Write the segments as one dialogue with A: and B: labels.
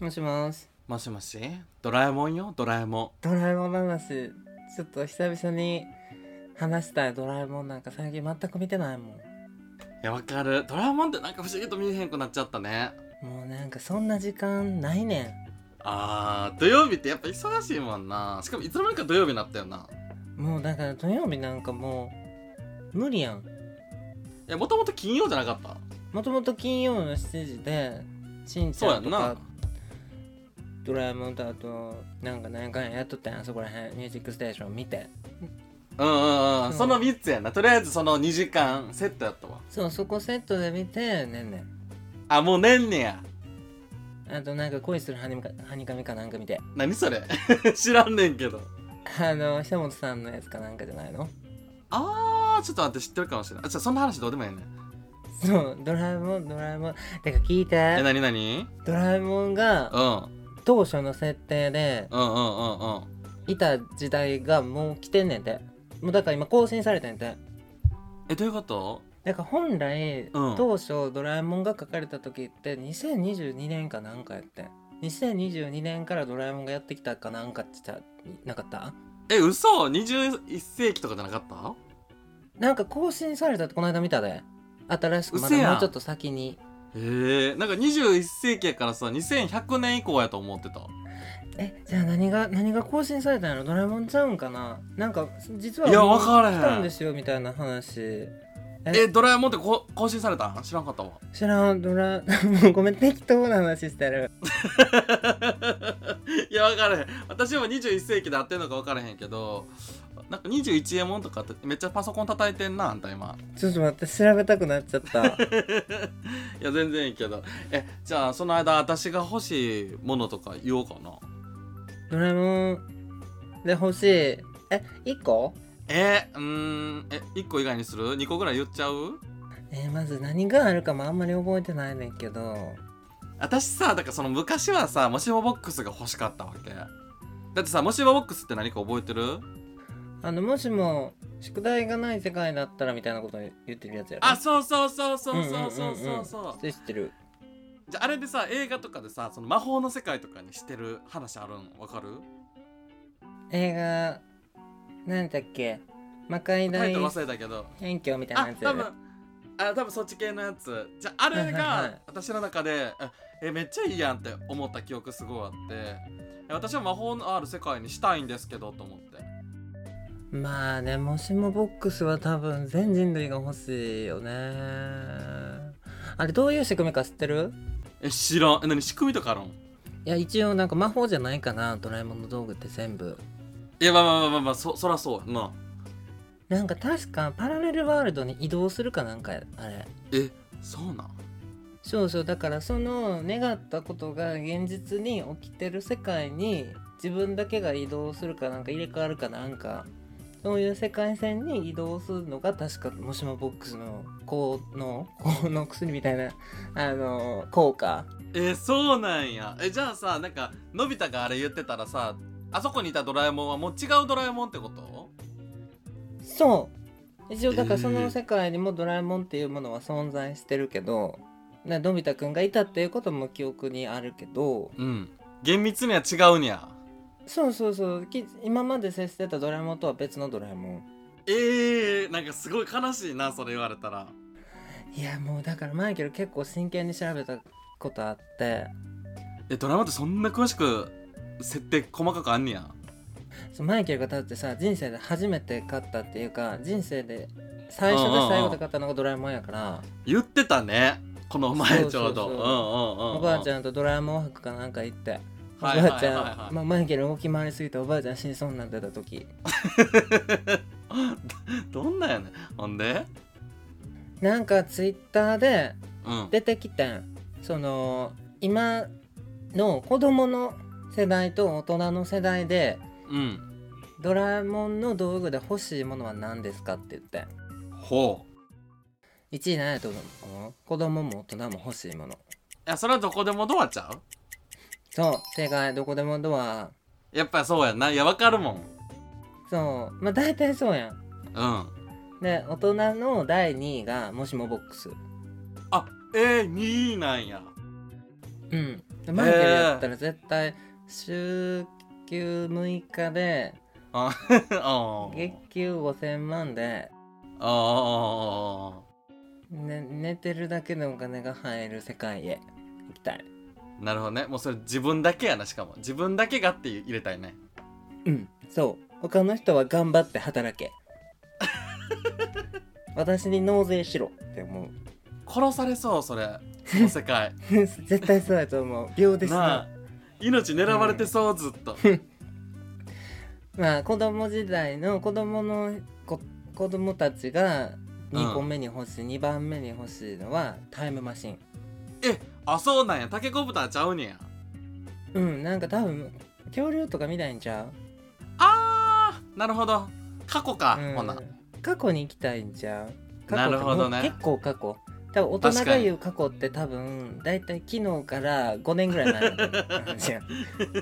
A: もしもし
B: もしもしドラえもんよドラえも
A: ドラえもん話ちょっと久々に話したいドラえもんなんか最近全く見てないも
B: んいやわかるドラえもんってなんか不思議と見えへんくなっちゃったね
A: んもうなんかそんな時間ないね
B: あー土曜日ってやっぱ忙しいもんなしかもいつの間にか土曜日になったよなん
A: もうだから土曜日なんかもう無理やん
B: いやもともと金曜じゃなかった
A: もともと金曜の7時でしんちゃんと
B: そうやん
A: か
B: な
A: ドラえもんとあとなんか何回やっとったやんあそこらへんミュージックステーション見て
B: うんうんう
A: うん
B: んその3つやなとりあえずその2時間セットやったわ
A: そうそこセットで見てねんね
B: あもうねんねや
A: んあとなんか恋するはにかはにかみかなんか見て
B: 何それ 知らんねんけど
A: あの久本さんのやつかなんかじゃないの
B: あーちょっと待って知ってるかもしれないあちょそんな話どうでもいいねん
A: そうドラえもんドラえもんてか聞い
B: え
A: て
B: なになに
A: ドラえもん
B: う
A: が
B: ん
A: 当初の設定で
B: うんうんうんうん
A: いた時代がもう来てんねんてもうだから今更新されてんて
B: えどういうこと
A: だから本来、
B: うん
A: 当初「ドラえもん」が書かれた時って2022年かなんかやってん2022年から「ドラえもん」がやってきたかなんかってちゃなかった
B: え嘘21世紀とかじゃなかった
A: なんか更新されたってこの間見たで新しくま
B: うせや
A: だ
B: ん
A: もうちょっと先に
B: へえなんか21世紀やからさ2100年以降やと思ってた
A: えじゃあ何が何が更新されたんやろドラえもんちゃうんかななんか実はい
B: や
A: もう
B: わからへん
A: 来たんですよみたいな話
B: えドラえもんってこ更新されたん知らんかったわ
A: 知らんドラ もうごめん適当な話してる
B: いや分からへん私も21世紀で合ってんのか分からへんけどなんか21エモンとかってめっちゃパソコン叩いてんなあんた今
A: ちょっと待って調べたくなっちゃった
B: いや全然いいけどえじゃあその間私が欲しいものとか言おうかな
A: ドラえもんで欲しいえ1個
B: えうーんえ1個以外にする ?2 個ぐらい言っちゃう
A: えーまず何があるかもあんまり覚えてないねんけど
B: 私さだからその昔はさもしもボックスが欲しかったわけだってさもしもボックスって何か覚えてる
A: あのもしも宿題がない世界だったらみたいなこと言ってるやつやろ
B: あそうそうそうそうそうそう
A: うんうんうん
B: そううんそう
A: 知ってる
B: じゃああれでさ映画とかでさその魔法の世界とかにしてる話あるんわかる
A: 映画何だっけ魔界
B: タ
A: 大
B: イトル忘れたけど
A: 辺境みたいな
B: あ
A: やつ
B: 多分あ多分そっち系のやつじゃあ
A: は
B: あれ
A: いはいは
B: が
A: い
B: 私の中でえめっちゃいいやんって思った記憶すごいあってえ私は魔法のある世界にしたいんですけどと思って
A: まあねもしもボックスは多分全人類が欲しいよねあれどういう仕組みか知ってる
B: え知らんえ何仕組みとかあるん
A: いや一応なんか魔法じゃないかなドラえもんの道具って全部
B: いやまあまあまあまあ、まあ、そそらそうやな
A: なんか確かパラレルワールドに移動するかなんかやあれ
B: えそうなん
A: そうそうだからその願ったことが現実に起きてる世界に自分だけが移動するかなんか入れ替わるかなんかそういう世界線に移動するのが確かもしもボックスの効能効能薬みたいなあの効果
B: えーそうなんやえじゃあさなんかのび太があれ言ってたらさあそこにいたドラえもんはもう違うドラえもんってこと
A: そう一応だからそ
B: えー
A: の世界にもドラえもんっていうものは存在してるけどなのび太くんがいたっていうことも記憶にあるけど
B: うん厳密には違うんや
A: そうそうそうき今まで接してたドラえもんとは別のドラえもん
B: えー、なんかすごい悲しいなそれ言われたら
A: いやもうだからマイケル結構真剣に調べたことあって
B: えドラマってそんな詳しく設定細かくあんねや
A: そうマイケルがだってさ人生で初めて勝ったっていうか人生で最初で最後で勝ったのがドラえもんやから
B: 言ってたねこの前ちょ
A: そうそ
B: うど
A: うそう
B: うんうんうん
A: おばあち
B: ん
A: ゃんとドラえもん博かなんか行っておば
B: はいはいはいはい
A: あちゃんまあマイケル動き回りすぎておばあちゃん死にそうになってた時
B: どんなんやねんほんで
A: なんかツイッターで
B: うん
A: 出てきてんその今の子供の世代と大人の世代で
B: うん
A: ドラえもんの道具で欲しいものは何ですかって言って
B: ほう
A: 1位何やと思う子供も大人も欲しいもの
B: いやそれはどこでもドアちゃう
A: そう正解どこでもドア
B: やっぱりそうやんないやわかるもん
A: そうまあ大体そうやん
B: うん
A: で大人の第2位がもしもボックス
B: あえー、2位なんや
A: うんマイケルやったら絶対週休6日で
B: あ あー
A: 月給5000万で、
B: あー
A: ね、寝てるだけでお金が入る世界へ行きたい
B: なるほどねもうそれ自分だけやなしかも自分だけがって入れたいね
A: うんそう他の人は頑張って働け私に納税しろって思う
B: 殺されそうそれこの世界
A: 絶対そうやと思う秒 です
B: なあ
A: な
B: 命狙われてそう、ずっと
A: まあ子供時代の子供のこ子供たちが2個目に欲しい、2番目に欲しいのはタイムマシン
B: えあそうなんやタケコプターちゃうねや
A: うんなんか多分恐竜とか見たいんちゃう
B: あーなるほど過去か、
A: うん
B: ほな
A: 過去に行きたいんちゃう過去って
B: なるほど
A: も
B: ね
A: う結構過去多分大人が言う過去って多分だいたい昨日から5年ぐらい前の話や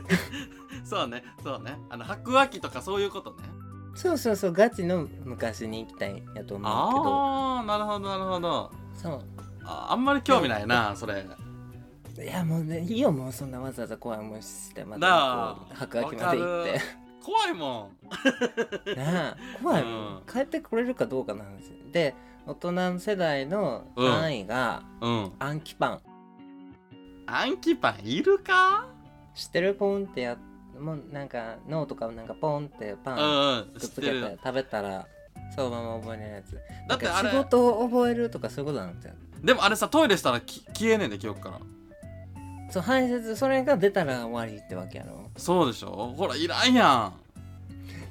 B: そうねそうねあの白亜紀とかそういうことね
A: そうそうそうガチの昔に行きたいんやと思う
B: ああなるほどなるほど
A: けど
B: ああんまり興味ないなそれ
A: そういやもうねいいよもうそんなわざわざ怖い思いしてま
B: なあ
A: たこう白亜紀まで行って
B: 怖いもん
A: なあ怖いもん、
B: うん
A: 帰ってくれるかどうかの話で大人世代の3位が
B: うん
A: アンキパン、
B: 暗記パンいるか
A: 知ってるポンってやもうなんか脳とかをなんかポンって
B: う
A: パン
B: んうん
A: く
B: 知
A: っ
B: っ
A: つ
B: て
A: けて
B: る
A: 食べたらそのまま覚えれるやつ
B: だってあ
A: なんか
B: れ
A: 仕事を覚えるとかそういうことなんだよ
B: でもあれさトイレしたらき消えねえで記憶から
A: そう排泄それが出たら終わりってわけやろ
B: そうでしょほらいらんや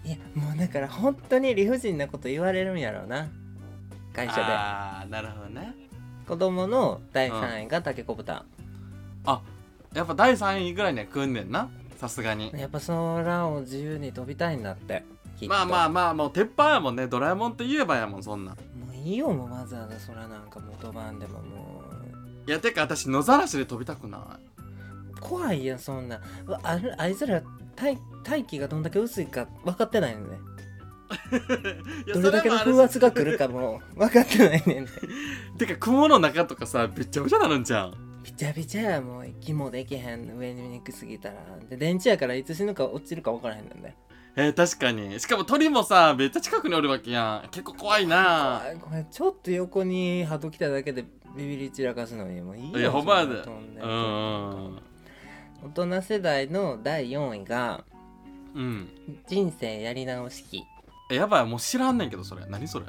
A: いやもうだから本当に理不尽なこと言われるんやろうな会
B: ん
A: 社で
B: ああなるほどね
A: 子供の第3位がタケコプター、
B: やっぱ第3位ぐらいには来んねんなさすがに
A: やっぱ空を自由に飛びたいんだってきっと
B: まあま
A: あ
B: あまあもう鉄板やもんねドラえもんって言えばやもんそんなん
A: もういいよもうわざわざ空なんか元番でもも
B: いやてか私野ざらしで飛びたくな
A: う怖いやんそんなうわあるあいつら大大気がどんだけ薄いか分かってないのね
B: いいや
A: どれだけの
B: それ
A: 風
B: もある
A: 圧が来るかも分かってないねんて
B: てか雲の中とかさべっちゃべちゃなるんじゃん
A: びちゃびちゃやもう息もできへん上に行きすぎたらで電池やからいつ死ぬか落ちるか分からへんねんね
B: えー、確かにしかも鳥もさめっちゃ近くにおるわけやん結構怖いな
A: あこれちょっと横に鳩来ただけでビビり散らかすのにもういいよ
B: いやほんまやで
A: そんな飛んで
B: うんうん
A: 大人世代の第4位が
B: うんうん
A: 人生やり直し期
B: えやばいもう知らんねんけどそれ何それ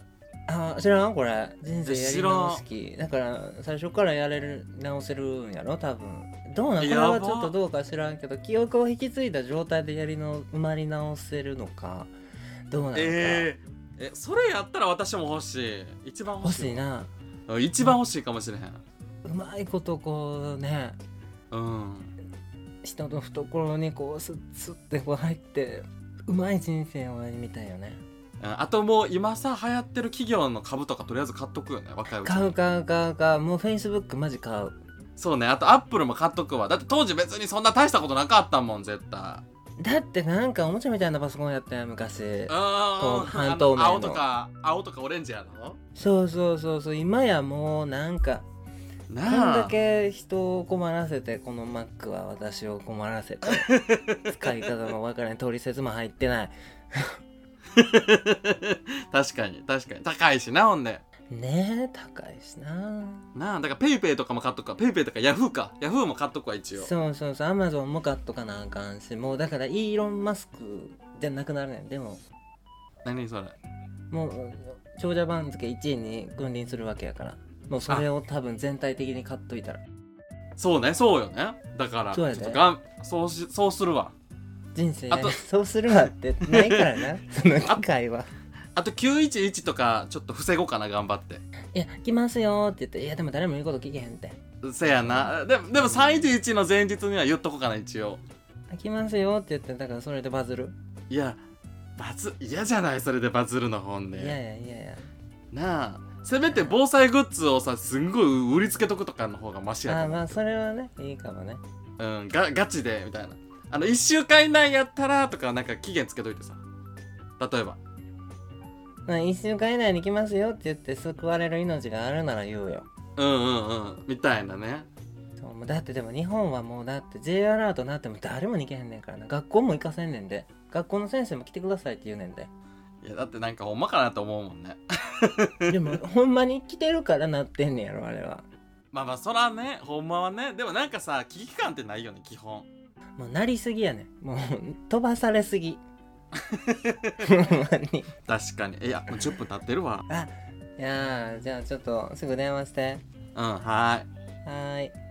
A: あー知らんこれ人生やり直し期だから最初からやれる直せるんやろ多分どうなんこれ
B: やば
A: はちょっとどうか知らんけど記憶を引き継いだ状態でやりの埋まり直せるのかどうなのか、
B: えー、えそれやったら私も欲しい一番欲
A: 欲
B: しい
A: しいな
B: うん一番欲しいかもしれへん
A: うまいことこうね
B: うん
A: 人の懐にこうスッスッてこう入ってうまい人生を歩みたいよね
B: あともう今さ流行ってる企業の株とかとりあえず買っとくよね若いうちに
A: 買う買う買う買うもうフェイスブックマジ買う
B: そうねあとアップルも買っとくわだって当時別にそんな大したことなかったもん絶対
A: だってなんかおもちゃみたいなパソコンやったよ昔
B: あ
A: こう半透明の
B: 青とか青とかオレンジやろ
A: そうそうそうそう今やもうなんかこん
B: な
A: だけ人を困らせてこの Mac は私を困らせて使い方も分からない取説も入ってない
B: 確かに確かに高いしなほんで
A: ねえ高いしな
B: なあだからペイペイとかも買っとくわペイペイとかヤフーかヤフーも買っとくわ一応
A: そうそうそう Amazon も買っとかなあかんしもうだからイーロン・マスクじゃなくなるねんでも
B: 何それ
A: もう長者番付1位に君臨するわけやからもうそれを多分全体的に買っといたら
B: そうねそうよねだから
A: そうやで
B: ちょっとがんそうしそうするわ
A: 人生
B: あ と
A: そうするわってないから なその機会は。
B: あと911とかちょっと防ごうかな頑張って
A: いや、来ますよって言って、いや、でも誰も言うこと聞けへんって。
B: せやなでもでも311の前日には言っとこうかな一応
A: 来ますよって言って、だからそれでバズる。
B: いやバズ嫌じゃないそれでバズるの本音
A: いやいやいやいや。
B: なあせめて防災グッズをさすんごい売りつけとくとかの方がマシや
A: あ
B: か
A: あ、ま
B: ら、
A: あ、それはね、いいかもね。
B: うん、がガチでみたいなあの1週間以内やったらとかなんか期限つけといてさ例えば
A: まあ、1週間以内に来ますよって言って、救われる命があるなら言うよ。
B: うんうんうんみたいなね
A: そうもうだってでも日本はもうだって J アラートなっても誰も逃げへんねんからな学校も行かせんねんで学校の先生も来てくださいって言うねんで
B: いやだってなんかほんまかなと思うもんね
A: でもほんまに来てるからなってんねんやろあれは
B: まあまあそらねほんまはねでもなんかさ危機感ってないよね基本
A: もうなりすぎやねんもう飛ばされすぎほんまに
B: 確かにいやもう10分経ってるわ
A: あいやーじゃあちょっとすぐ電話して
B: うんはーい
A: はーい